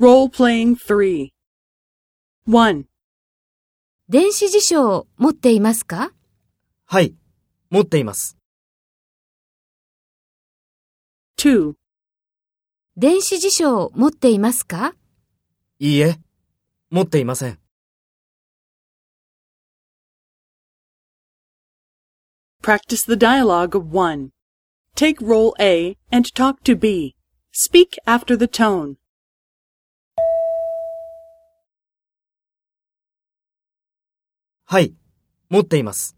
Role playing 3. 1. 電子辞書を持っていますかはい、持っています。 2. 電子辞書を持っていますかいいえ、持っていません。 Practice the dialogue of 1. Take role A and talk to B. Speak after the tone. はい、持っています。